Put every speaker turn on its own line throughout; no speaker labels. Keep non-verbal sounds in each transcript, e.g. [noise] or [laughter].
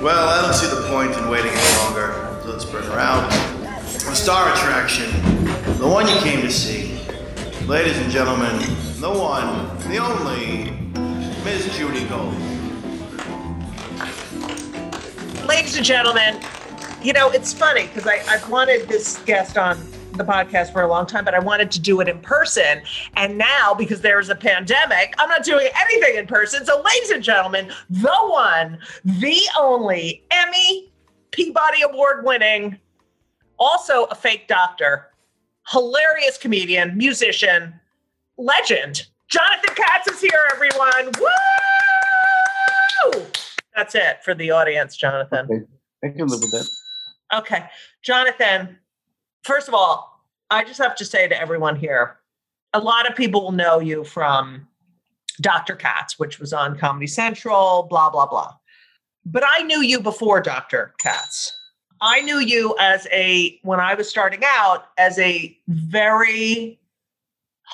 Well, I don't see the point in waiting any longer. So let's bring her out. The star attraction, the one you came to see. Ladies and gentlemen, the one, the only, Miss Judy Gold.
ladies and gentlemen, you know, it's funny because I've wanted this guest on the podcast for a long time, but I wanted to do it in person. And now, because there's a pandemic, I'm not doing anything in person. So, ladies and gentlemen, the one, the only Emmy Peabody Award winning, also a fake doctor, hilarious comedian, musician, legend. Jonathan Katz is here, everyone. Woo! That's it for the audience, Jonathan.
Okay. I can live with that.
Okay. Jonathan, first of all, I just have to say to everyone here a lot of people will know you from Dr. Katz, which was on Comedy Central, blah, blah, blah. But I knew you before Dr. Katz. I knew you as a, when I was starting out, as a very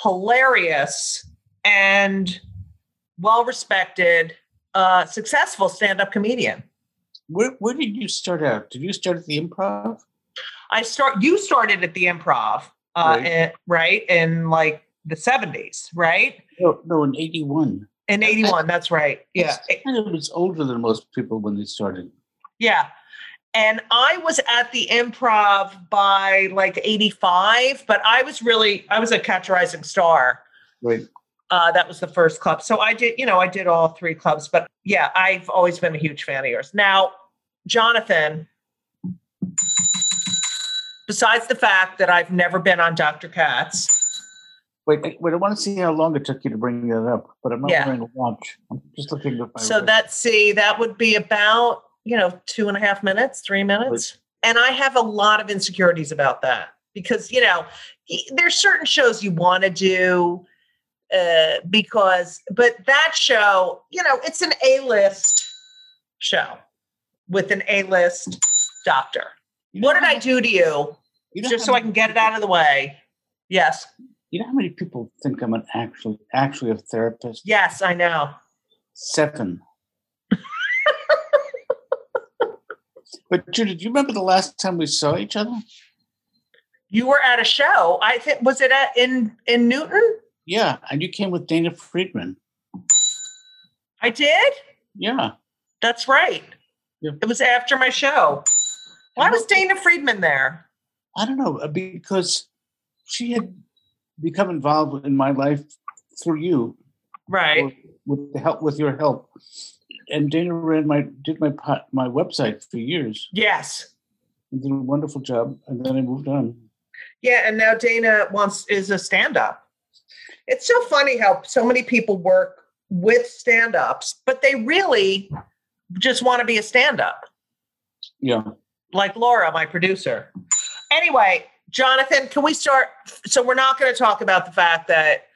hilarious and well respected, uh, successful stand up comedian.
Where Where did you start out? Did you start at the improv?
I start. You started at the improv, uh,
Right.
in- right. in like the seventies, right?
No, no, in '81.
In eighty one. That's right. Yeah, eh,
It's kind of was older than most people when they started.
yeah. And I was at the improv by like eighty five, but I was really I was a Catch a Rising Star.
Right.
Uh, that was the first club. So I did, you know, I did all three clubs. But yeah, I've always been a huge fan of yours. Now, Jonathan, besides the fact that I've never been on Dr. Katz,
Wait, I- wait. I want to see how long it took you to bring that up, but I'm not
Yeah.
wearing a watch. I'm just looking at my.
So
wrist.
that's see, that would be about, you know, two and a half minutes, three minutes. And I have a lot of insecurities about that because, you know, y- there's certain shows you want to do uh, because, but that show, you know, it's an A list show with an A list doctor.
You know
What did
how
I
many-
do to you
you know
just so
how
I
many
can get it
people-
out of the way? Yes.
You know how many people think I'm an actually actually a therapist?
Yes, I know. [laughs]
Seven. but Judy, do you remember the last time we saw each other?
You were at a show. I think was it at in in Newton?
Yeah, and you came with Dana Friedman.
I did.
Yeah.
That's right.
Yeah.
It was after my show. Why was Dana Friedman there?
I don't know uh, because she had become involved in my life through you
Right.
with, with the help with your help. And Dana ran my did my pot, my website for years
Yes.
and did a wonderful job. And then I moved on.
Yeah, and now Dana wants is a stand-up. It's so funny how so many people work with stand-ups, but they really just want to be a stand-up,
Yeah,
like Laura, my producer. Anyway, Jonathan, can we start? So we're not going to talk about the fact that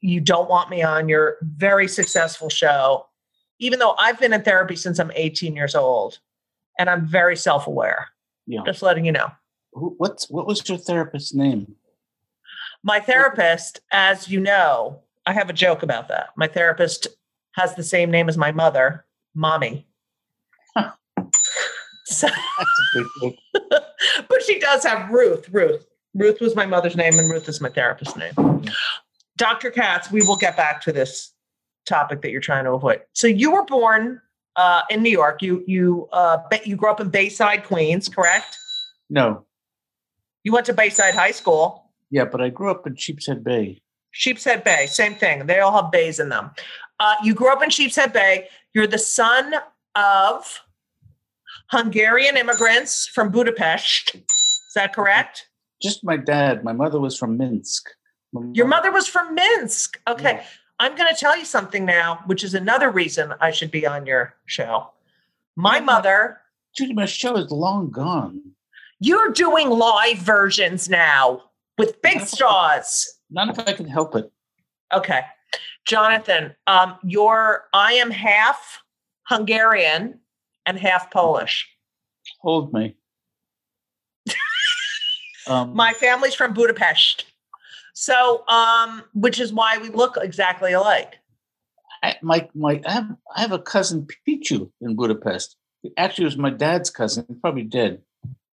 you don't want me on your very successful show, even though I've been in therapy since I'm 18 years old and I'm very self aware.
yeah.
Just letting you know.
Who, what's what was your therapist's name?
My therapist, as you know, I have a joke about that. My therapist has the same name as my mother, Mommy. so, but she does have Ruth. Ruth. Ruth was my mother's name, and Ruth is my therapist's name. Dr. Katz, we will get back to this topic that you're trying to avoid. So you were born uh, in New York. You you uh, ba- you grew up in Bayside, Queens, correct?
No,
You went to Bayside High School,
yeah, but I grew up in Sheepshead Bay.
Sheepshead Bay. Same thing. They all have bays in them. Uh, you grew up in Sheepshead Bay. You're the son of Hungarian immigrants from Budapest. Is that correct?
Just my dad. My mother was from Minsk. My
Your mother was from Minsk. Okay.
Yeah.
I'm going to tell you something now, which is another reason I should be on your show. My
Mhm.
mother,
Judy, my show is long gone.
you're doing live versions now with big stars.
Not if I can help it.
Okay. Jonathan, um, you're, I am half Hungarian and half Polish.
Hold me. um, Mm-hmm.
My family's from Budapest. So, um, which is why we look exactly alike.
I, my my I have I have a cousin Pichu in Budapest. Actually, it was my dad's cousin. He's probably dead,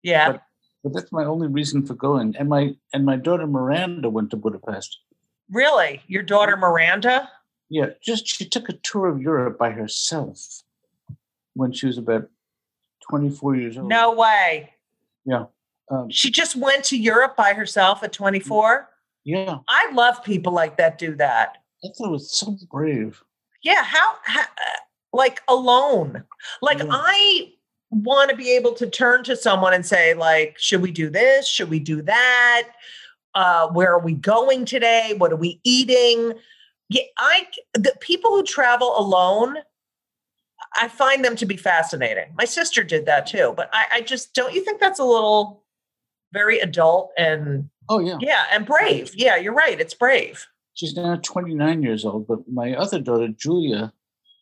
Yeah.
but that's my only reason for going. And my and my daughter Miranda went to Budapest.
really? Your daughter Miranda?
Yeah, just she took a tour of Europe by herself when she was about twenty four years old.
No way.
um,
She just went to Europe by herself at 24.
yeah,
I love people like that do that.
I thought it was so brave.
Yeah, how, how like alone. Like
Yeah.
I want to be able to turn to someone and say like should we do this? Should we do that? Uh where are we going today? What are we eating? Yeah, I the people who travel alone I find them to be fascinating. My sister did that too, but I, I just don't you think that's a little very adult and
Oh yeah,
yeah, and brave. Yeah, you're right. It's brave.
she's now twenty nine years old. But my other daughter Julia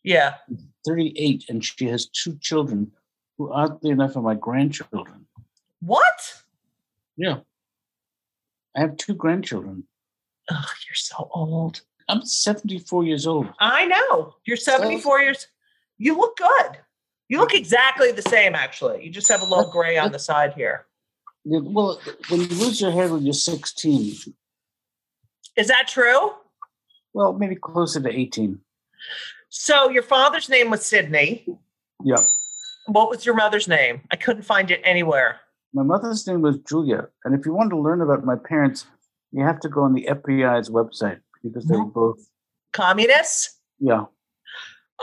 Yeah.
38 and she has two children who oddly enough are my grandchildren
What?
i have two grandchildren
Oh, you're so old.
i'm 74 years old
I know. You're 74 years. You look good. You look exactly the same, actually. You just have a little gray on the side here.
Yeah, well when you lose your hair when you're 16
Is that true?
well maybe closer to 18
So your father's name was Sydney.
Yeah.
What was your mother's name? I couldn't find it anywhere.
my mother's name was julia and if you want to learn about my parents you have to go on the fbi's website because they were both
Communists?
yeah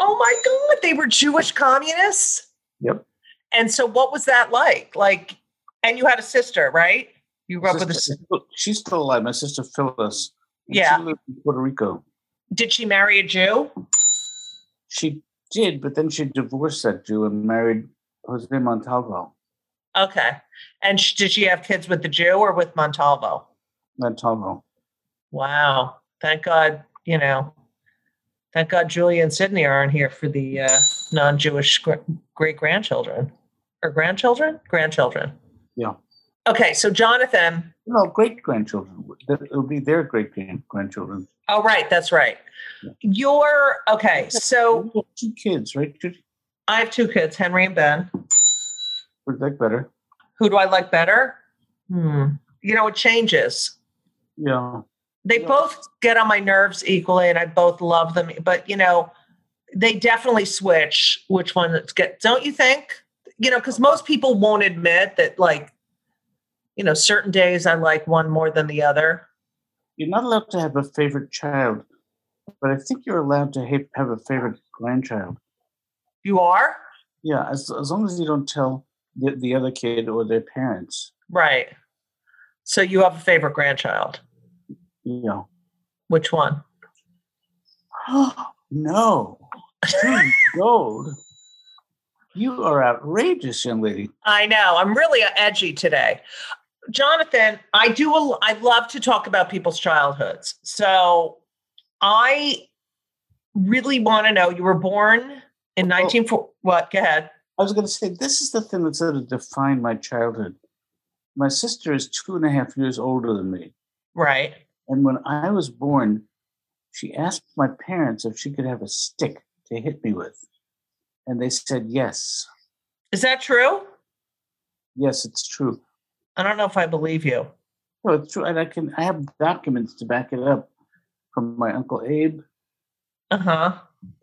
Oh my God. They were Jewish communists?
Yep.
And so what was that like? Like, and you had a sister, right? You grew up with a sister.
Sister- she's still alive my sister phyllis and
Yeah.
she lived in puerto rico
Did she marry a Jew?
she did but then she divorced that jew and married jose montalvo
Okay. And sh- did she have kids with the Jew or with Montalvo?
Not Tomo.
Wow. Thank God, you know, thank God Julie and Sydney aren't here for the uh, non Jewish great grandchildren or grandchildren? Grandchildren.
Yeah.
Okay. So, Jonathan.
No, great grandchildren. It'll be their great grand- grandchildren.
Oh, right. That's right. You're okay. So,
You have two kids, right? Judy?
I have two kids, Henry and Ben.
Would that better?
Who do I like better? Hmm. You know, it changes.
Yeah.
they
Yeah.
both get on my nerves equally and i both love them but you know they definitely switch which one it's get don't you think you know because most people won't admit that like you know certain days i like one more than the other
You're not allowed to have a favorite child, but I think you're allowed to ha- have a favorite grandchild.
you are
Yeah, as, as long as you don't tell the, the other kid or their parents.
right so you have a favorite grandchild
Yeah.
which one [laughs]
[gasps] no. Judy Gold. You are outrageous, young lady.
I know. I'm really uh, edgy today. Jonathan, I do a, I love to talk about people's childhoods. So I really want to know you were born in 19 what? Go ahead.
I was going to say, this is the thing that sort of defined my childhood. My sister is two and a half years older than me.
Right.
And when I was born, she asked my parents if she could have a stick to hit me with. And they said, yes.
Is that true?
Yes, it's true.
I don't know if I believe you.
No, it's true. And I can, I have documents to back it up from my Uncle Abe,
Uh-huh.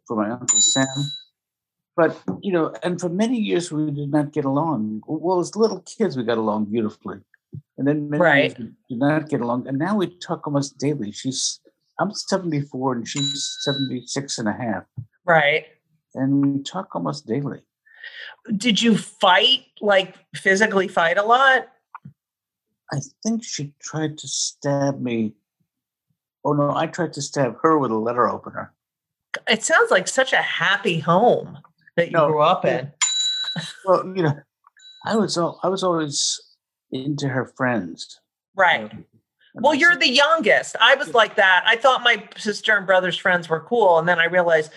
from my Uncle Sam. But, you know, and for many years we did not get along. Well, as little kids, we got along beautifully. And then many
Right.
years we did not get along. And now we talk almost daily. She's, I'm 74 and she's 76 and a half.
Right.
And we talk almost daily.
Did you fight like physically fight a lot?
I think she tried to stab me. Oh no, I tried to stab her with a letter opener.
It sounds like such a happy home that you
No.
grew up in.
Well, you know, I was all, I was always into her friends.
Right.
And
Well,
I
you're
said,
the youngest. I was like that. I thought my sister and brother's friends were cool, and then I realized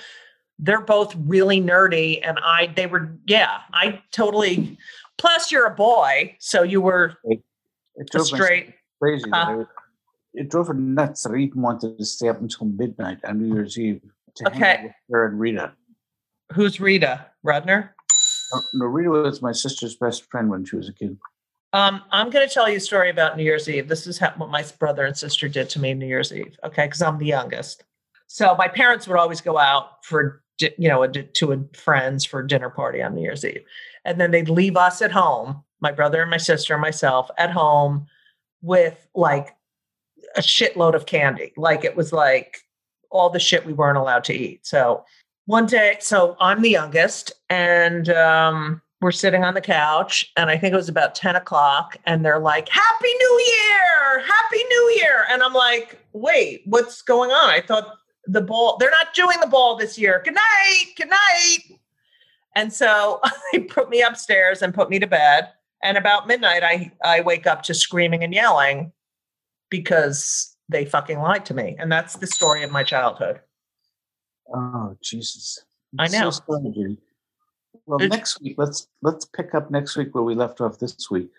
they're both really nerdy, and I they were yeah. I totally. Plus, you're a boy, so you were
it
a
drove myself
straight.
crazy. that I
huh?
would- it drove her nuts that I even wanted to stay up until midnight on New Year's Eve to hang
Okay.
out with her and Rita.
Who's Rita Rudner?
No, no, Rita was my sister's best friend when she was a kid.
Um, I'm going to tell you a story about New Year's Eve. This is how, what my brother and sister did to me New Year's Eve. Okay, because I'm the youngest. So my parents would always go out for di- you know a, di- to a friends for dinner party on New Year's Eve, and then they'd leave us at home, my brother and my sister and myself at home with like a shitload of candy. Like it was like all the shit we weren't allowed to eat. So one day, so I'm the youngest, and um, we're sitting on the couch, and I think it was about 10 o'clock, and they're like, Happy New Year! Happy New Year! And I'm like, Wait, what's going on? I thought the ball, they're not doing the ball this year. Good night, good night. And so [laughs] they put me upstairs and put me to bed. And about midnight, I, I wake up to screaming and yelling because they fucking lied to me. And that's the story of my childhood.
Oh Jesus!
I
It's so
know.
sorry, Judy. well,
It-
next week let's let's pick up next week where we left off this week.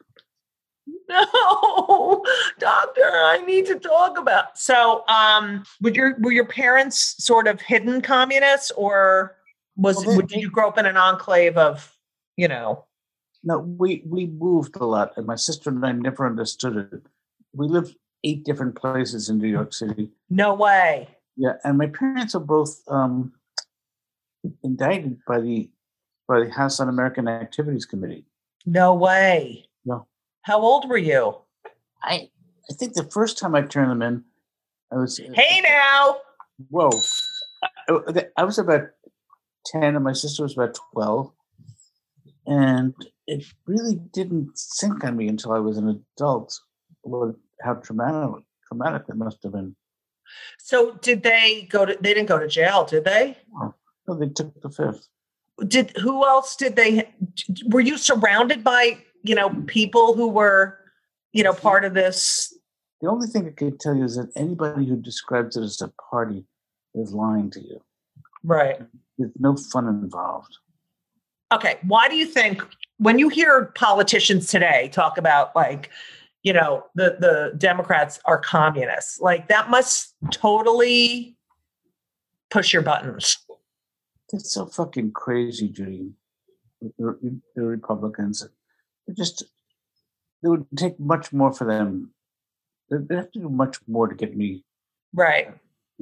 [laughs] no doctor i need to talk about so um would your were your parents sort of hidden communists or was
Well, they-
would, did you grow up in an enclave of you know
No, we we moved a lot, and my sister and I never understood it. We lived eight different places in New York City.
no way
Yeah, and my parents are both um, indicted by the by the House on American Activities Committee.
no way
No.
how old were you
I I think the first time I turned them in, I was
hey now
whoa, I- I was about ten, and my sister was about twelve, and it really didn't sink on me until I was an adult. What how traumatic traumatic it must have been.
so did they go to they didn't go to jail did they
So they took the fifth.
did who else did they were you surrounded by you know people who were you know part of this
The only thing I can tell you is that anybody who describes it as a party is lying to you.
right
There's no fun involved.
Okay, why do you think when you hear politicians today talk about like, you know, the the Democrats are communists, like that must totally push your buttons.
It's so fucking crazy, Judy. The the Republicans, they just it would take much more for them. They they have to do much more to get me
Right.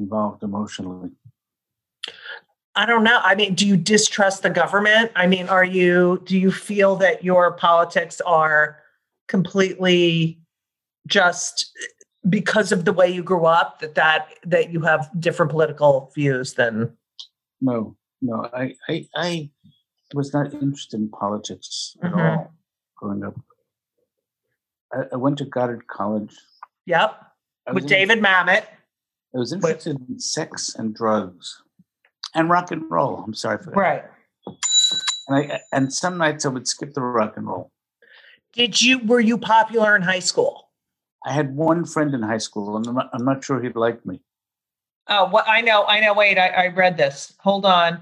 involved emotionally.
I don't know. I mean, do you distrust the government? I mean, are you do you feel that your politics are completely just because of the way you grew up that that that you have different political views than
No, no, I, I, I was not interested in politics at
Mhm.
all growing up. I, I went to Goddard College.
Yep.
I
With
was in-
David Mamet.
I was interested in sex and drugs and rock and roll. I'm sorry for that.
Right.
And, I, and some nights I would skip the rock and roll.
Did you were you popular in high school?
I had one friend in high school, and I'm not, I'm not sure he liked me.
Oh, what I know, I know. Wait, I, I read this. Hold on.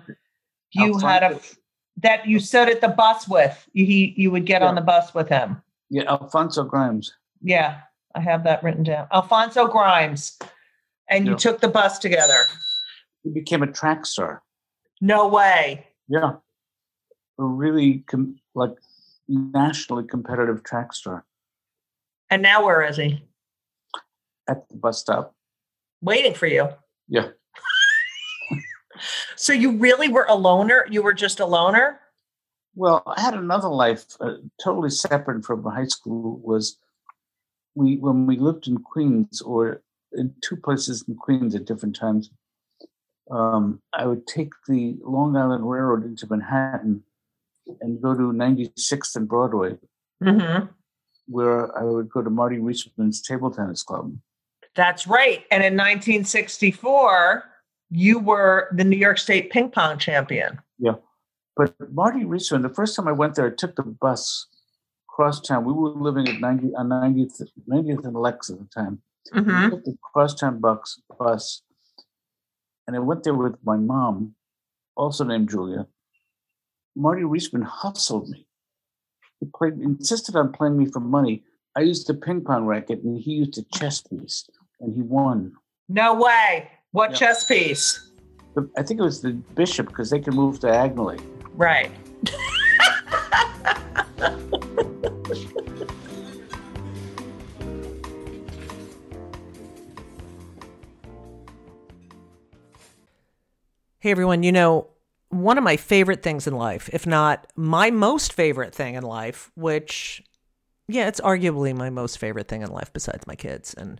You
Outside
had a
the-
that you stood at the bus with. You- He you would get on the bus with him.
yeah, Alfonso Grimes.
Yeah, I have that written down. Alfonso Grimes, and you
Yeah.
took the bus together.
He became a track star.
No way.
Yeah, a really com- like nationally competitive track star
And now where is he?
at the bus stop.
Waiting for you.
Yeah.
[laughs] so you really were a loner. You were just a loner.
Well, I had another life uh, totally separate from high school. Was we when we lived in Queens or in two places in Queens at different times. Um, I would take the Long Island Railroad into Manhattan and go to 96th and Broadway,
Mm-hmm.
where I would go to Marty Reisman's table tennis club.
That's right. And in 1964, you were the New York State ping pong champion.
But Marty Reisman, the first time I went there, I took the bus cross town. We were living at 90 on 90th, 90th and Lex at the time.
Mhm.
I took the crosstown bus, bus, and I went there with my mom, also named Julia. Marty Reisman hustled me. He played, insisted on playing me for money. I used a ping pong racket, and he used a chess piece. and he won.
No way. What
Yeah.
chess piece?
The- I think it was the bishop because they can move diagonally.
Right.
Hey everyone, you know, one of my favorite things in life, if not my most favorite thing in life, which, yeah, it's arguably my most favorite thing in life besides my kids, and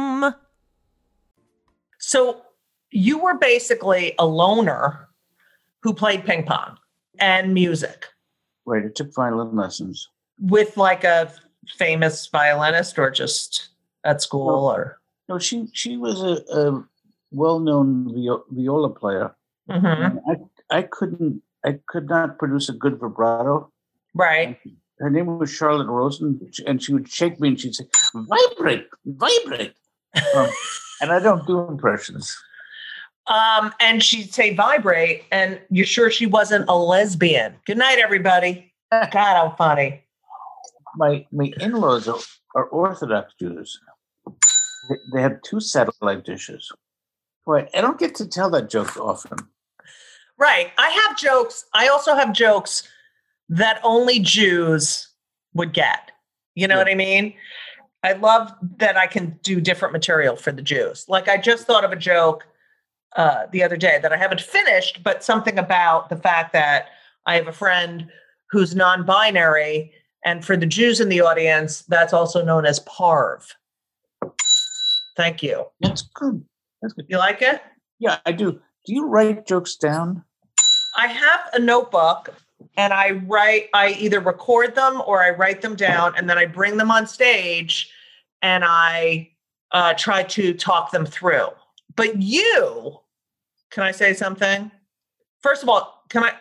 So you were basically a loner who played ping pong and music
Right. I took violin lessons.
with like a famous violinist or just at school or
No, she she was a, a well-known vi- viola player.
Mhm.
And I I couldn't I could not produce a good vibrato.
right.
her name was Charlotte Rosen, and she would shake me and she'd say, "Vibrate, vibrate," um, and I don't do impressions.
Um, and she'd say vibrate, and you're sure she wasn't a lesbian. Good night, everybody. God, how funny.
My my in-laws are, are Orthodox Jews. They, they have two satellite dishes. Boy, I don't get to tell that joke often.
Right. I have jokes. I also have jokes that only Jews would get. You know
Yeah.
what I mean? I love that I can do different material for the Jews. Like I just thought of a joke uh, the other day that I haven't finished, but something about the fact that I have a friend who's non-binary, and for the Jews in the audience, that's also known as parv. Thank you.
That's good. That's good.
You like it?
Yeah, I do. Do you write jokes down?
I have a notebook and I write, I either record them or I write them down and then I bring them on stage and I uh, try to talk them through. But you, can I say something? First of all, can I,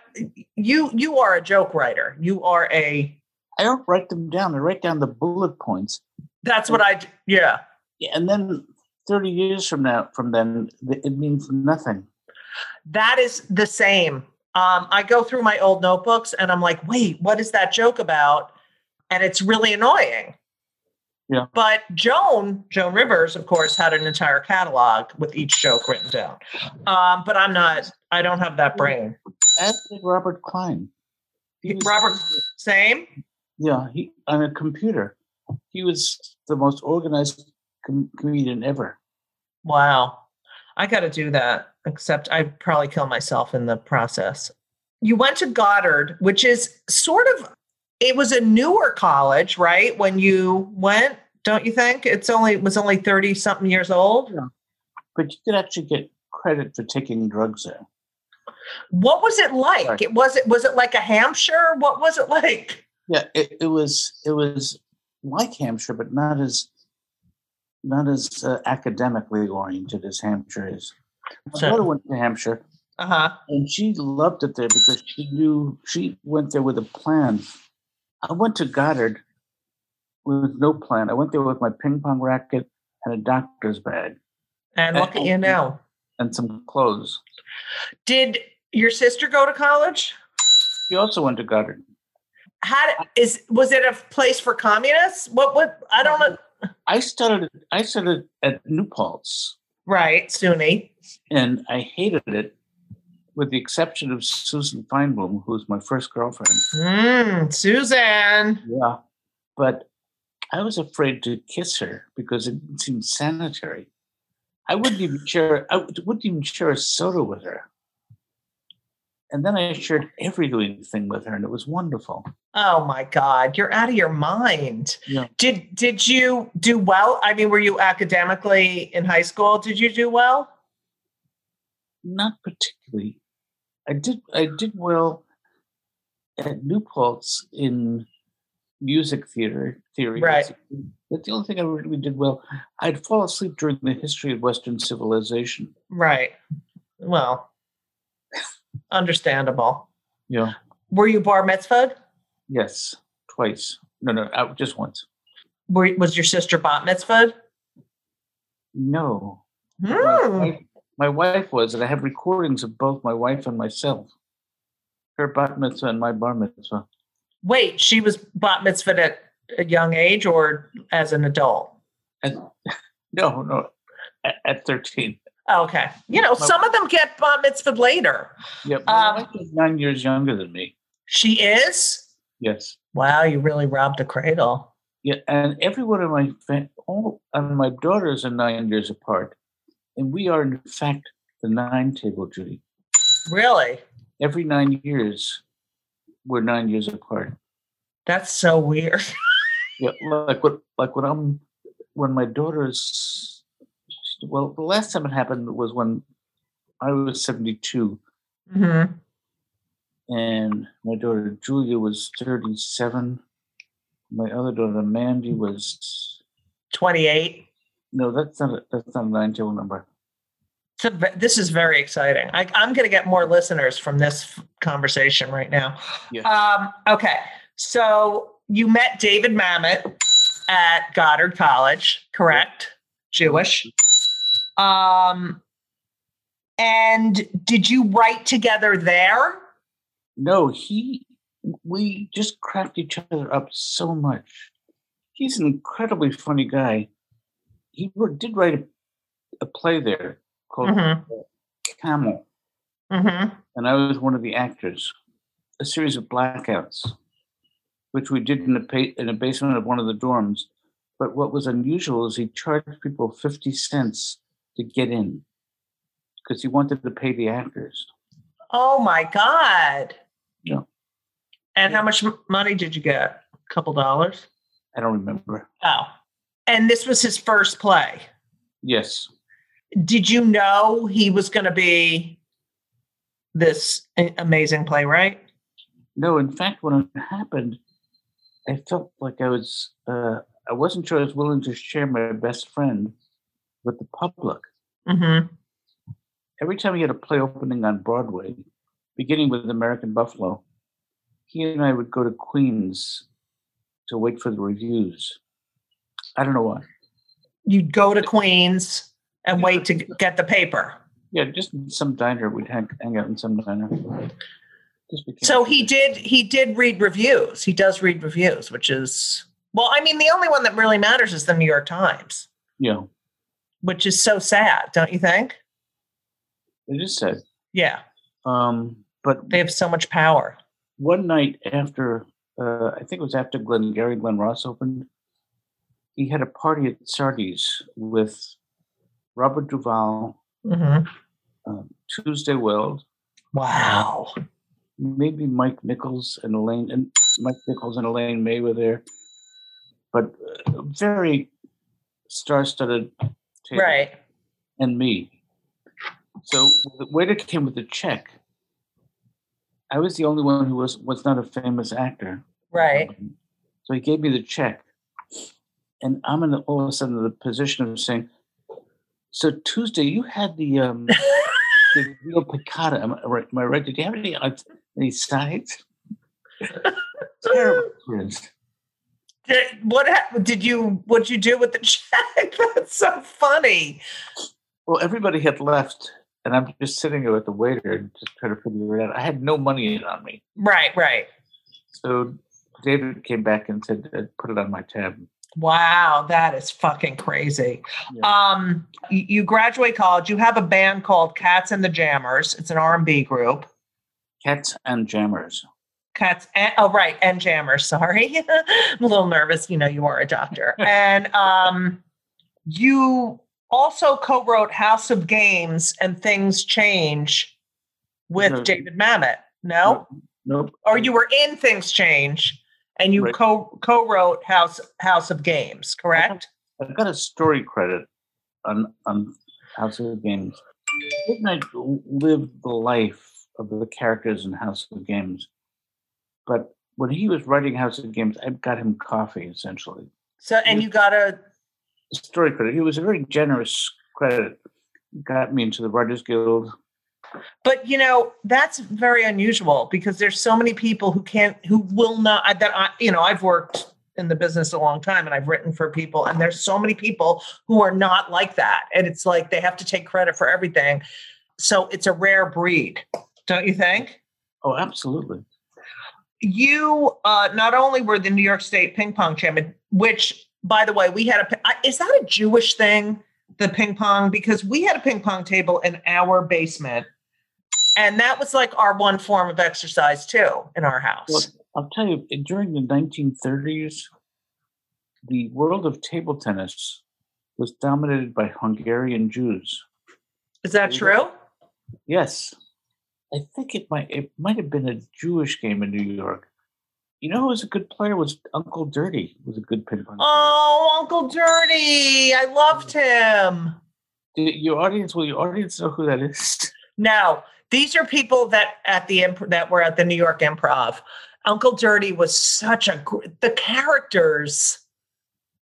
you, you are a joke writer. You are a,
I don't write them down. I write down the bullet points,
that's what I, d- yeah.
Yeah, and then thirty years from now, from then, th- it means nothing.
That is the same. Um, I go through my old notebooks and I'm like, wait, what is that joke about? And it's really annoying.
Yeah.
But Joan, Joan Rivers, of course, had an entire catalog with each joke written down. Um, but I'm not, I don't have that brain.
As did Robert Klein. He was-
Robert, same.
Yeah, he on a computer. He was the most organized com- comedian ever.
Wow. I got to do that, except I'd probably kill myself in the process. You went to Goddard, which is sort of, it was a newer college, right? When you went, don't you think? It's only, it was only 30 something years old.
But you could actually get credit for taking drugs there.
What was it like?
Right.
It was it was it like a Hampshire? What was it [laughs] like?
Yeah, it, it was it was like Hampshire, but not as not as uh, academically oriented as Hampshire is. My
So-
daughter went to Hampshire,
Uh-huh.
and she loved it there because she knew she went there with a plan. I went to Goddard with no plan. I went there with my ping pong racket and a doctor's bag
And look at you now.
and some clothes.
Did your sister go to college?
She also went to Goddard.
How did- is was it a place for communists? What what I don't know.
I started. I started at New Paltz,
Right, SUNY.
and I hated it, with the exception of Susan Feinblum, who was my first girlfriend.
Mm, Suzanne.
Yeah, but I was afraid to kiss her because it didn't seem sanitary. I wouldn't even share. I would- wouldn't even share a soda with her. And then I shared everything with her, and it was wonderful.
Oh my God, you're out of your mind.
Yeah.
Did did you do well? I mean, were you academically in high school? Did you do well?
not particularly. I did I did well at New Paltz in music theater theory.
Right.
basically. But the only thing I really did well, I'd fall asleep during the history of Western civilization.
Right. Well, understandable.
Yeah.
Were you bar mitzvahed?
Yes. Twice. No, no, I, just once.
Were, was your sister bat mitzvahed?
No. My,
Hmm.
wife, my wife was, and I have recordings of both my wife and myself. Her bat mitzvah and my bar mitzvah.
Wait, she was bat mitzvahed at a young age or as an adult?
No, no. At, at 13.
Oh, Okay. You know,
My-
some of them get bat mitzvahed later.
Yeah. My
Um,
wife was nine years younger than me.
She is?
Yes.
Wow, you really robbed the cradle.
Yeah, and everyone in my fa- all and my daughters are nine years apart, and we are in fact the nine table, Judy.
Really?
Every nine years, we're nine years apart.
That's so weird.
Yeah, like what, like when I'm, when my daughters, well, the last time it happened was when I was seventy two,
Mm-hmm.
and my daughter Julia was thirty seven. My other daughter Mandy was
28.
no, that's not a, that's not a nine table number.
It's a ve- this is very exciting. I, I'm going to get more listeners from this f- conversation right now.
Yeah.
Um, okay. So you met David Mamet at Goddard College, correct? Jewish. Um, and did you write together there?
No, he. We just cracked each other up so much. He's an incredibly funny guy. He wrote- did write a, a play there called
Mm-hmm.
Camel,
Mm-hmm.
and I was one of the actors. A series of blackouts, which we did in a pa- in a basement of one of the dorms. But what was unusual is he charged people fifty cents to get in, because he wanted to pay the actors.
Oh my God.
Yeah.
And how much m- money did you get? A couple dollars?
I don't remember.
Oh. And this was his first play.
Yes,
Did you know he was going to be this a- amazing playwright?
No, in fact, when it happened, I felt like I was, uh, I wasn't sure I was willing to share my best friend with the public.
Mm-hmm.
Every time he had a play opening on Broadway, beginning with American Buffalo, he and I would go to Queens to wait for the reviews. I don't know why.
You'd go to Queens and wait to g- get the paper.
Yeah, just in some diner. We'd hang, hang out in some diner. Just became-
So he did. He did read reviews. He does read reviews, which is well. I mean, the only one that really matters is the New York Times,
Yeah,
which is so sad, don't you think?
it is sad.
Yeah,
Um, but
they have so much power.
one night after, uh, I think it was after Glengarry Glen Ross opened, he had a party at Sardi's with Robert Duvall,
Mm-hmm.
um, Tuesday Weld,
Wow.
maybe Mike Nichols and Elaine and Mike Nichols and Elaine May were there, but uh, very star-studded table
Right.
and me. So the waiter came with a check. I was the only one who was was not a famous actor.
Right.
So he gave me the check, and I'm in the, all of a sudden in the position of saying, "So Tuesday, you had the um, the real piccata. Am I right? Am I right? Did you have any uh, any sides?" Terrible experience.
Did, what hap- did you? What'd you do with the [laughs] check? That's so funny.
Well, everybody had left, and I'm just sitting there with the waiter, and just trying to figure it out. I had no money on me,
Right. Right.
so David came back and said, uh, "Put it on my tab."
Wow, that is fucking crazy.
Yeah.
Um, y- you graduate college. You have a band called Cats and the Jammers. It's an R and B group.
Cats and jammers.
Cats and oh right, and Jammers. [laughs] Sorry, I'm a little nervous. You know, you are a doctor, and um, you also co-wrote House of Games and Things Change with
No.
David Mamet. No,
Nope.
or you were in Things Change and you
Right.
co co-wrote House House of Games, correct?
I've got a story credit on on House of Games. Didn't I live the life of the characters in House of Games? But when he was writing House of Games, I got him coffee essentially.
So and you got a
Story credit. He was a very generous credit. Got me into the Writers Guild.
but you know that's very unusual because there's so many people who can't who will not I- that I, you know i've worked in the business a long time and i've written for people and there's so many people who are not like that and it's like they have to take credit for everything so it's a rare breed don't you think
Oh, absolutely.
you uh, not only were the new york state ping pong champion which by the way we had a pi- I- is that a jewish thing the ping pong because we had a ping pong table in our basement and that was like our one form of exercise too in our house
Well, I'll tell you, during the 1930s, the world of table tennis was dominated by Hungarian Jews.
is that true
Yes. I think it might it might have been a Jewish game in New York. You know who was a good player was Uncle Dirty was a good ping pong. player.
oh uncle dirty i loved him
Do your audience will your audience know who that is? [laughs]
No, these are people that at the imp- that were at the New York Improv. Uncle Dirty was such a gr- the characters.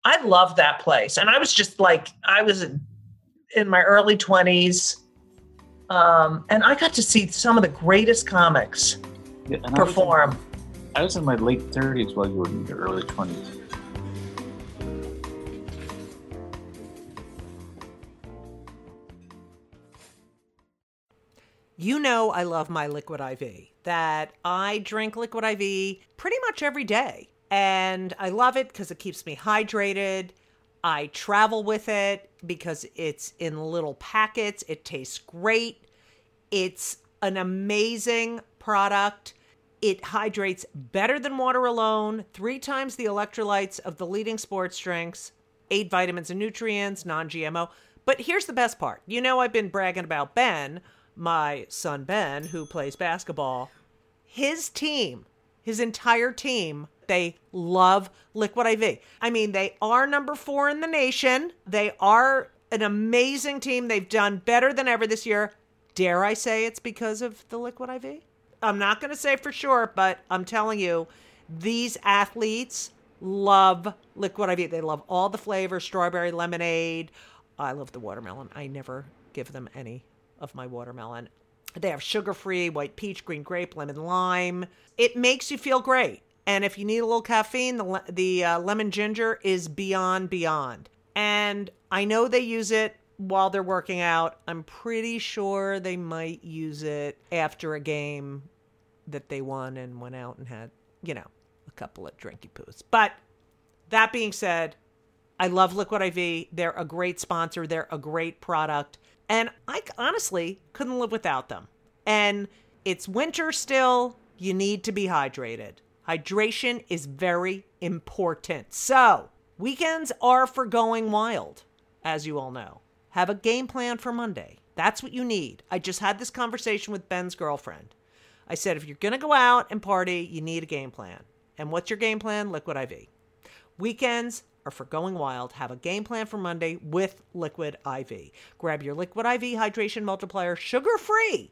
I love that place, and I was just like I was in, in my early twenties, um, and I got to see some of the greatest comics
Yeah, and I was in-
perform.
I was in my late thirties while you were in your early twenties.
You know, I love my liquid IV, that I drink liquid IV pretty much every day. And I love it because it keeps me hydrated. I travel with it because it's in little packets. It tastes great. It's an amazing product. It hydrates better than water alone, three times the electrolytes of the leading sports drinks, eight vitamins and nutrients, non GMO. But here's the best part you know, I've been bragging about Ben, my son Ben, who plays basketball. His team, his entire team, they love Liquid IV. I mean, they are number four in the nation. They are an amazing team. They've done better than ever this year. Dare I say it's because of the Liquid IV? I'm not going to say for sure, but I'm telling you, these athletes love liquid IV. They love all the flavors strawberry, lemonade. I love the watermelon. I never give them any of my watermelon. They have sugar free, white peach, green grape, lemon lime. It makes you feel great. And if you need a little caffeine, the, le- the uh, lemon ginger is beyond, beyond. And I know they use it while they're working out. I'm pretty sure they might use it after a game that they won and went out and had, you know, a couple of drinky poos. But that being said, I love Liquid IV. They're a great sponsor, they're a great product. And I c- honestly couldn't live without them. And it's winter still. You need to be hydrated. Hydration is very important. So, weekends are for going wild, as you all know. Have a game plan for Monday. That's what you need. I just had this conversation with Ben's girlfriend. I said, if you're going to go out and party, you need a game plan. And what's your game plan? Liquid IV. Weekends are for going wild. Have a game plan for Monday with Liquid IV. Grab your Liquid IV hydration multiplier, sugar free,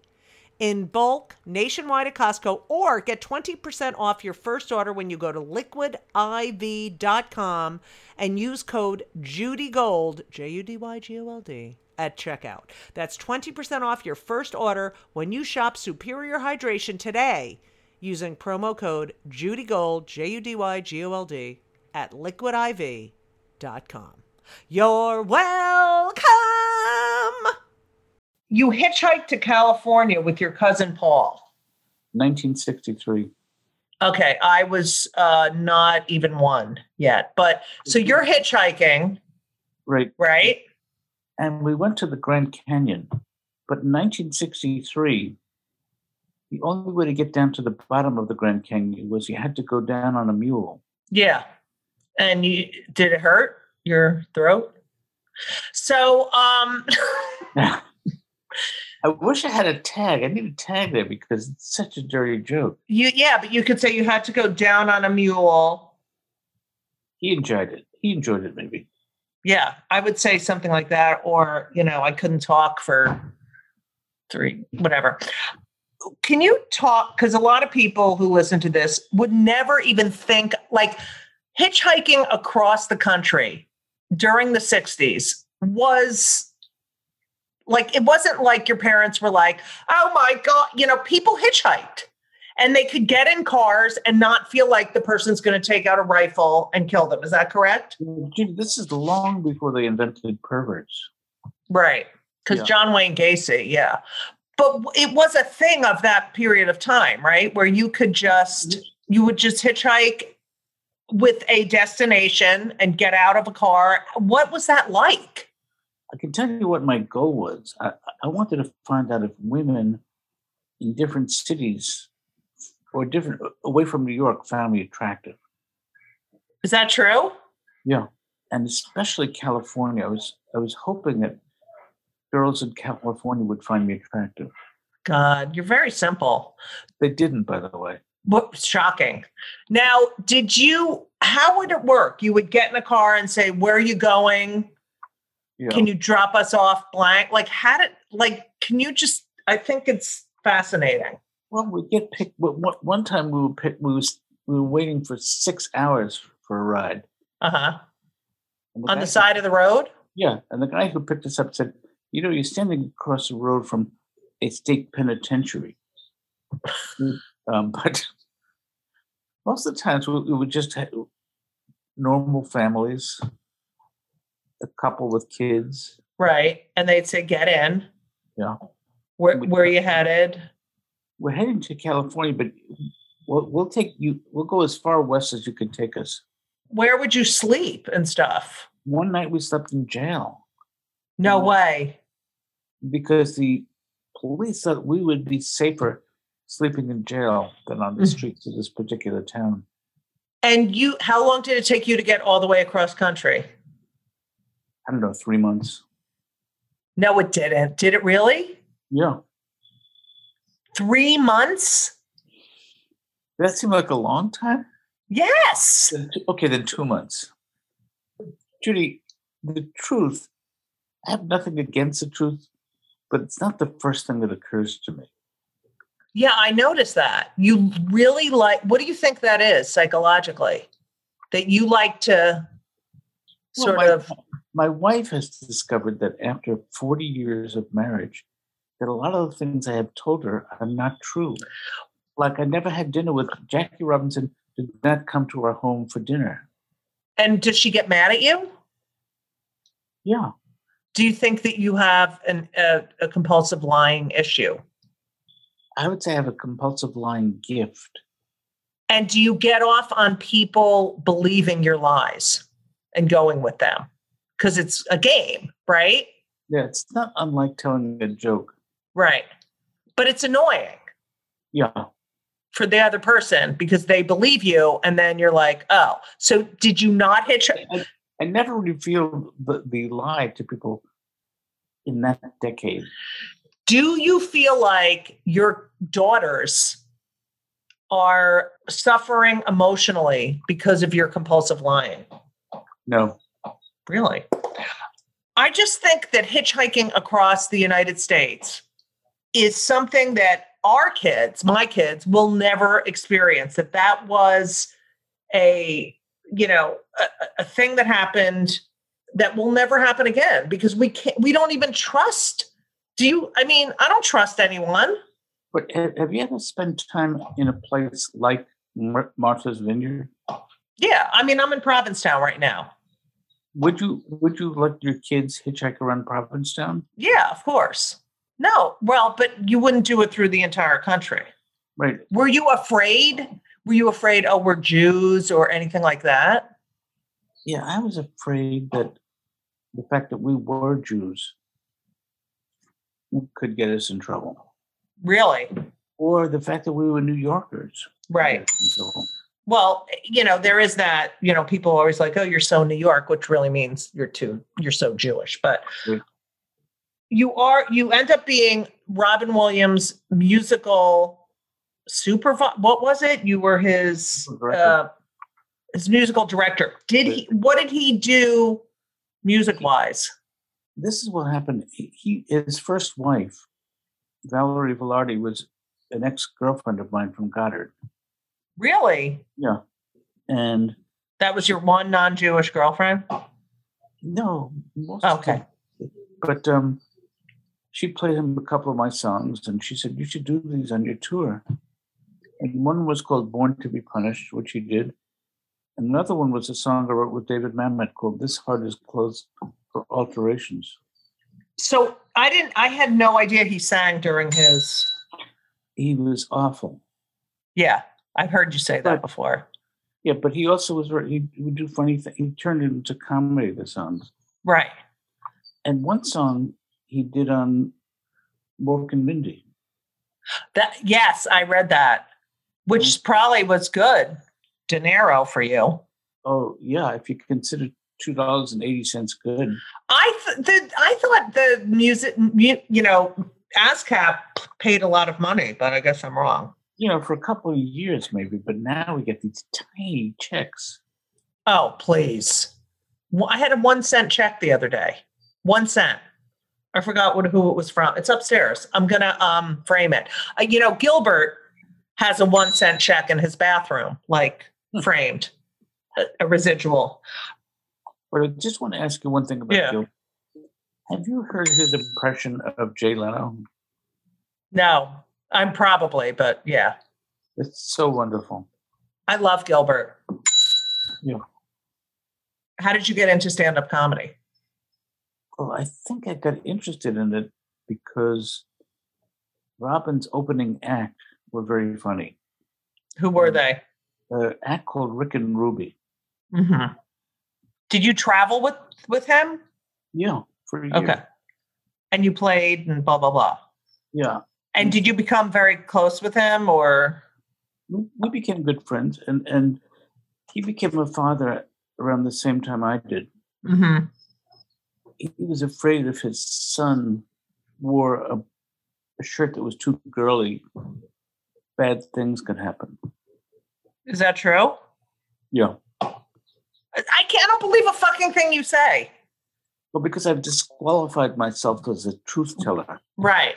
in bulk nationwide at Costco, or get 20% off your first order when you go to liquidiv.com and use code JUDYGOLD, J U D Y G O L D, at checkout. That's 20% off your first order when you shop Superior Hydration today using promo code JUDYGOLD, J U D Y G O L D, at liquidiv.com. You're welcome!
You hitchhiked to California with your cousin Paul.
1963.
Okay, I was uh, not even one yet, but so you're hitchhiking,
Right.
right?
And we went to the Grand Canyon. But in 1963, the only way to get down to the bottom of the Grand Canyon was you had to go down on a mule.
Yeah. And you did it hurt your throat? So, um, [laughs]
[laughs] I wish I had a tag. I need a tag there because it's such a dirty joke.
you yeah, but you could say you had to go down on a mule.
He enjoyed it. He enjoyed it, maybe.
Yeah, I would say something like that, or you know, I couldn't talk for three, whatever. Can you talk? Because a lot of people who listen to this would never even think like hitchhiking across the country during the 60s was like it wasn't like your parents were like, oh my God, you know, people hitchhiked and they could get in cars and not feel like the person's going to take out a rifle and kill them. Is that correct?
Gee, This is long before they invented perverts.
Right. Because
Yeah.
John Wayne Gacy, yeah. But w- it was a thing of that period of time, right? Where you could just,
Mm-hmm.
you would just hitchhike with a destination and get out of a car. What was that like?
I can tell you what my goal was. I, I wanted to find out if women in different cities or different away from New York found me attractive,
Is that true?
and especially California. I was I was hoping that girls in California would find me attractive.
God, you're very simple.
They didn't, by the way.
What shocking. Now, did you, how would it work? You would get in a car and say, Where are you going?
Yeah.
Can you drop us off blank? Like, how did, like, can you just, I think it's fascinating.
Well, we get picked. But one one time we were pick, we was we were waiting for six hours for a ride
Uh huh.
And
on
guy
the
who-
side of the road.
Yeah, and the guy who picked us up said, "You know, you're standing across the road from a state penitentiary." [laughs] um, but [laughs] most of the times we, we would just have normal families, a couple with kids.
Right. And they'd say, get in.
Yeah.
Where,
We-
where are you headed?
We're heading to California, but we'll, we'll take you. We'll go as far west as you can take us.
Where would you sleep and stuff?
One night we slept in jail
No
Mm.
way.
because the police thought we would be safer sleeping in jail than on the
Mhm.
streets of this particular town.
And you, how long did it take you to get all the way across country?
I don't know, three months.
No, it didn't. Did it really?
Yeah.
Three months?
That seemed like a long time.
Yes.
Then two- Okay, then two months. Judy, the truth, I have nothing against the truth, but it's not the first thing that occurs to me.
Yeah, I noticed that. You really like, what do you think that is psychologically? That you like to
Well,
sort
my,
of,
My wife has discovered that after 40 years of marriage, that a lot of the things I have told her are not true. Like I never had dinner with Jackie Robinson, did not come to our home for dinner.
and does she get mad at you?
Yeah.
do you think that you have an, a, a compulsive lying issue
I would say I have a compulsive lying gift.
and do you get off on people believing your lies and going with them because it's a game right
Yeah, it's not unlike telling a joke.
right but it's annoying
Yeah.
for the other person because they believe you, and then you're like, oh, so did you not hitch?
I, I never revealed the, the lie to people in that decade.
Do you feel like your daughters are suffering emotionally because of your compulsive lying?
No.
Really? I just think that hitchhiking across the United States is something that our kids, my kids, will never experience. That that was a you know a, a thing that happened that will never happen again because we can't we don't even trust. Do you? I mean, I don't trust anyone.
But ha- have you ever spent time in a place like Mar- Martha's Vineyard?
Yeah, I mean, I'm in Provincetown right now.
Would you Would you let your kids hitchhike around Provincetown?
Yeah, of course. No, well, but you wouldn't do it through the entire country.
Right.
Were you afraid? Were you afraid? Oh, we're Jews or anything like that?
Yeah, I was afraid that the fact that we were Jews could get us in trouble
really
or the fact that we were New Yorkers.
Right. Well, you know, there is that, you know, people always like, oh, you're so New York, which really means you're too, you're so Jewish. But
Yeah.
you are, you end up being Robin Williams' musical supervisor. What was it? You were his,
Director.
uh, his musical director. Did he, what did he do music wise?
This is what happened. He, he- his first wife, Valerie Velarde, was an ex girlfriend of mine from Goddard.
Really?
And
That was your one non Jewish girlfriend?
no, most
Okay.
But um, she played him a couple of my songs and she said, You should do these on your tour. And one was called Born to be Punished, which he did. And another one was a song I wrote with David Mamet called This Heart is Closed for Alterations.
So I didn't, I had no idea he sang during his.
He was awful.
Yeah, I've heard you say that
But-
before.
Yeah, but he also was very, he would do funny things. He turned it into comedy, the songs.
Right.
And one song he did on Mork and Mindy.
That yes, I read that, which probably was good De Niro for you.
Oh, yeah, if you consider $2.80 good.
I th- the I thought the music mu- you know ASCAP paid a lot of money, but I guess I'm wrong.
you know, for a couple of years maybe, but now we get these tiny checks.
Oh please! Well, I had a one cent check the other day. One cent. I forgot what who it was from. It's upstairs. I'm gonna um frame it. Uh, you know, Gilbert has a one cent check in his bathroom, like framed, a, a residual.
But I just want to ask you one thing about
Yeah.
Gil. Have you heard his impression of Jay Leno?
No, I'm probably, but yeah,
It's so wonderful.
I love Gilbert.
Yeah.
How did you get into stand up comedy?
Well, I think I got interested in it because Robin's opening act were very funny.
Who were they?
An act called Rick and Ruby.
Mm-hmm. Did you travel with with him?
Yeah, for a year.
Okay. And you played and blah blah blah.
Yeah.
And did you become very close with him or?
we we became good friends and, and he became a father around the same time I did.
Mm-hmm.
he was afraid if his son wore a, a shirt that was too girly, bad things could happen.
Is that true?
Yeah.
I I cannot believe a fucking thing you say.
Well, because I've disqualified myself as a truth teller.
Right.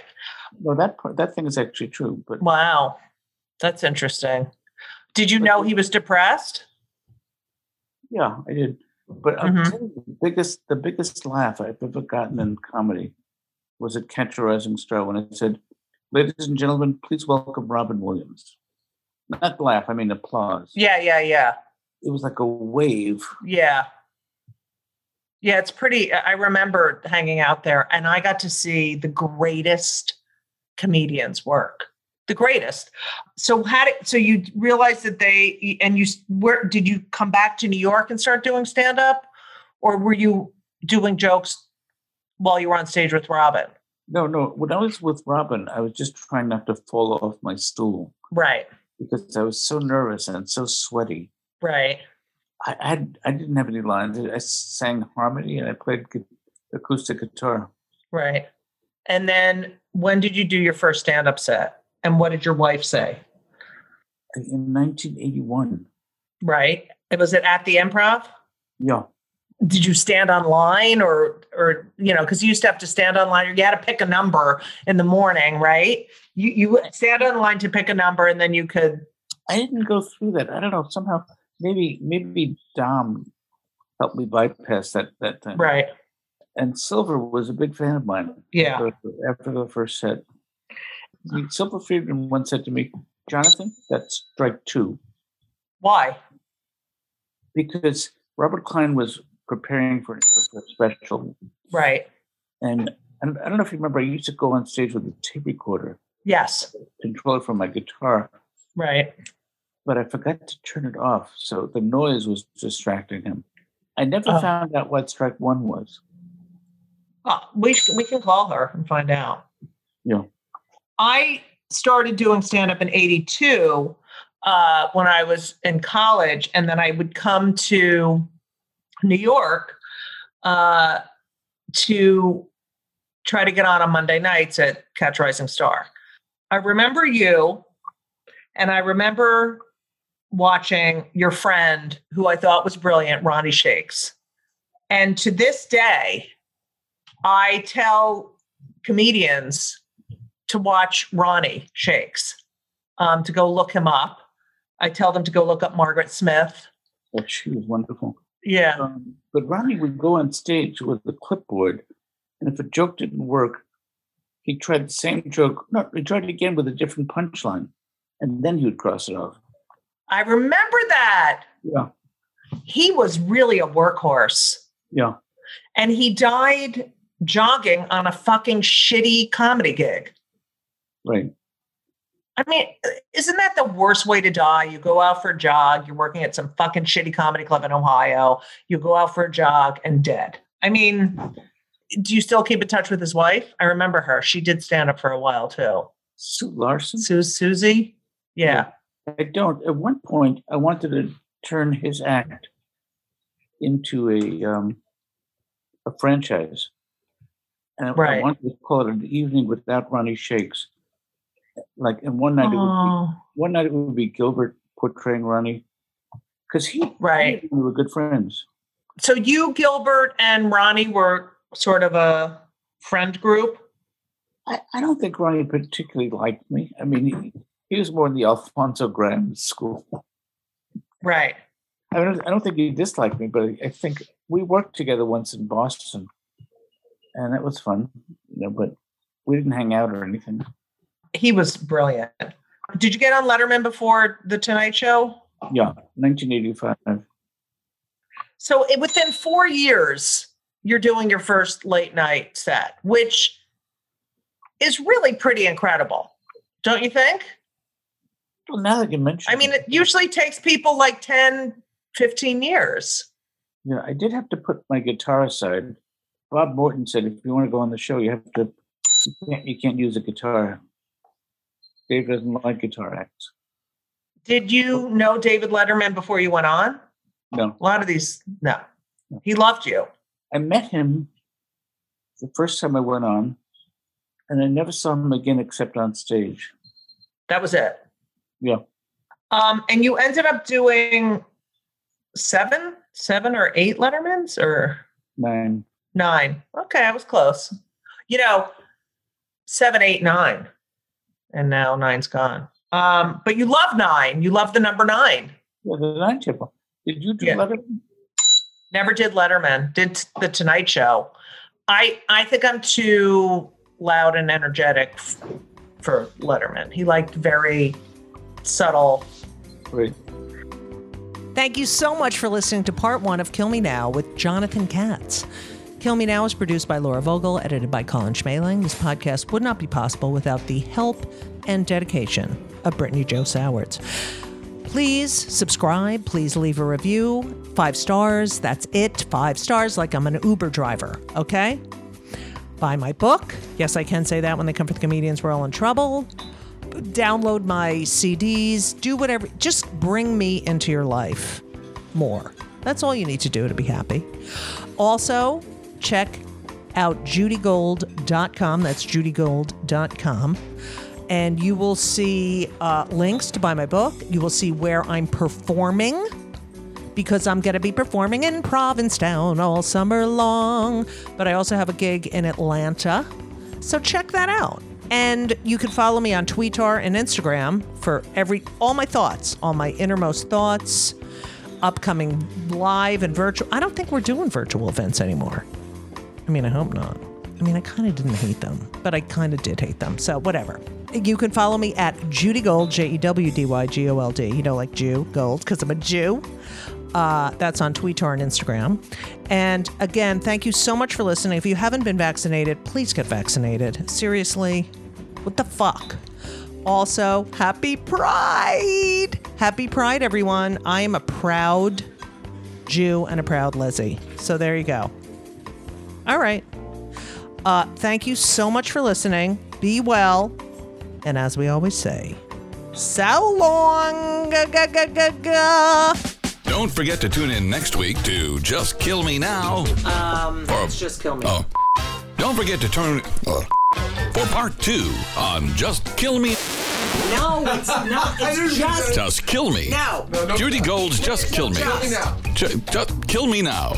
No, that part, that thing is actually true. But
Wow. That's interesting. Did you know he was depressed?
yeah, I did. But I'll
Mhm.
tell you, the biggest the biggest laugh I've ever gotten in comedy was at Catch a Rising Star when I said, "Ladies and gentlemen, please welcome Robin Williams." Not laugh, I mean applause.
Yeah, yeah, yeah.
It was like a wave.
Yeah. Yeah, it's pretty. I I remember hanging out there and I got to see the greatest comedians work. The greatest. So how did so you realized that they and you where did you come back to New York and start doing stand up or were you doing jokes while you were on stage with Robin?
No, no. When I was with Robin, I was just trying not to fall off my stool
Right.
because I was so nervous and so sweaty.
Right.
I I, had, I didn't have any lines. I sang harmony and I played gu- acoustic guitar.
Right. And then when did you do your first stand up set? And what did your wife say?
In 1981.
Right. And was it at the improv?
Yeah.
Did you stand online or or you know, because you used to have to stand online or you had to pick a number in the morning, right? You you would stand online to pick a number and then you could
I didn't go through that. I don't know. Somehow, maybe maybe Dom helped me bypass that that thing.
right.
And Silver was a big fan of mine.
Yeah.
after- After the first set, He- Silver Friedman once said to me, "Jonathan, that's strike two,
Why?
because Robert Klein was preparing for, for a special,
Right.
and I don't, I don't know if you remember, I used to go on stage with a tape recorder,
Yes.
control it from my guitar,
Right.
but I forgot to turn it off, so the noise was distracting him. I never
Oh.
found out what strike one was.
Uh, we sh- we can call her and find out.
Yeah.
I started doing stand up in 82 uh, when I was in college, and then I would come to New York uh, to try to get on on Monday nights at Catch Rising Star. I remember you, and I remember watching your friend who I thought was brilliant, Ronnie Shakes. And to this day, I tell comedians to watch Ronnie Shakes, um, to go look him up. I tell them to go look up Margaret Smith.
But she was wonderful.
Yeah.
Um, but Ronnie would go on stage with the clipboard, and if a joke didn't work, he tried the same joke. No, he tried it again with a different punchline, and then he would cross it off.
I remember that.
Yeah,
He was really a workhorse.
yeah.
And he died jogging on a fucking shitty comedy gig.
Right.
I mean, isn't that the worst way to die? You go out for a jog, you're working at some fucking shitty comedy club in Ohio, you go out for a jog and dead. I mean, do you still keep in touch with his wife? I remember her. She did stand up for a while too.
Sue Larson.
Su- Susie? Yeah.
I don't. At one point, I wanted to turn his act into a um, a franchise, and I- I
Right.
wanted to call it an evening without Ronnie Shakes. Like, and one night it would be
Oh,
one night it would be Gilbert portraying Ronnie, because he, he
right.
and we were good friends.
So you, Gilbert, and Ronnie were sort of a friend group.
I, I don't think Ronnie particularly liked me. I mean, he, he was more in the Alfonso Graham school.
Right.
I don't, I don't think he disliked me, but I think we worked together once in Boston, and that was fun. You know, but we didn't hang out or anything.
He was brilliant. Did you get on Letterman before The Tonight Show?
Yeah, 1985.
So it, within four years, you're doing your first late night set, which is really pretty incredible, don't you think?
Well, now that you mention,
I mean, it usually takes people like 10, 15 years.
Yeah, I did have to put my guitar aside. Bob Morton said, if you want to go on the show, you have to. You can't, you can't use a guitar. Dave doesn't like guitar acts.
Did you know David Letterman before you went on?
No,
A lot of these, no. He loved you.
I met him the first time I went on, and I never saw him again except on stage.
That was it.
Yeah.
Um, and you ended up doing seven, seven or eight Lettermans or?
Nine.
Nine. Okay, I was close. You know, seven, eight, nine. And now nine's gone. Um, but you love nine. You love the number nine.
Yeah, the nine table. Did you do
Yeah.
Letterman?
Never did Letterman, did t- the Tonight Show. I I think I'm too loud and energetic f- for Letterman. He liked very subtle.
Great.
Thank you so much for listening to part one of Kill Me Now with Jonathan Katz. Kill Me Now is produced by Laura Vogel, edited by Colin Schmaling. This podcast would not be possible without the help and dedication of Brittany Joe Sowards. Please subscribe. Please leave a review. Five stars. That's it. Five stars, like I'm an Uber driver. Okay? Buy my book. Yes, I can say that when they come for the comedians, we're all in trouble.
download my CDs, do whatever. Just bring me into your life more. That's all you need to do to be happy. Also, check out judygold.com. That's judygold.com. And you will see uh, links to buy my book. You will see where I'm performing because I'm going to be performing in Provincetown all summer long. But I also have a gig in Atlanta. So check that out. And you can follow me on Twitter and Instagram for every all my thoughts, all my innermost thoughts, upcoming live and virtual. I don't think we're doing virtual events anymore. I mean, I hope not. I mean, I kind of didn't hate them, but I kind of did hate them. So, whatever. You can follow me at Judy Gold, J E W D Y G O L D, you know, like Jew, gold, because I'm a Jew. Uh, that's on Twitter and Instagram. And again, thank you so much for listening. If you haven't been vaccinated, please get vaccinated. Seriously, what the fuck? Also, happy Pride! Happy Pride, everyone. I am a proud Jew and a proud Lizzie. So, there you go. All right. Uh, thank you so much for listening. Be well. And as we always say, so long. Ga, ga, ga, ga, ga.
Don't forget to tune in next week to Just Kill Me Now. Um, for,
Just kill me.
oh, don't forget to turn uh, for part two on Just Kill Me.
No, it's not. It's just
Just Kill Me.
now.
Judy Gold's Just Kill Me. Ju- Just Kill Me Now.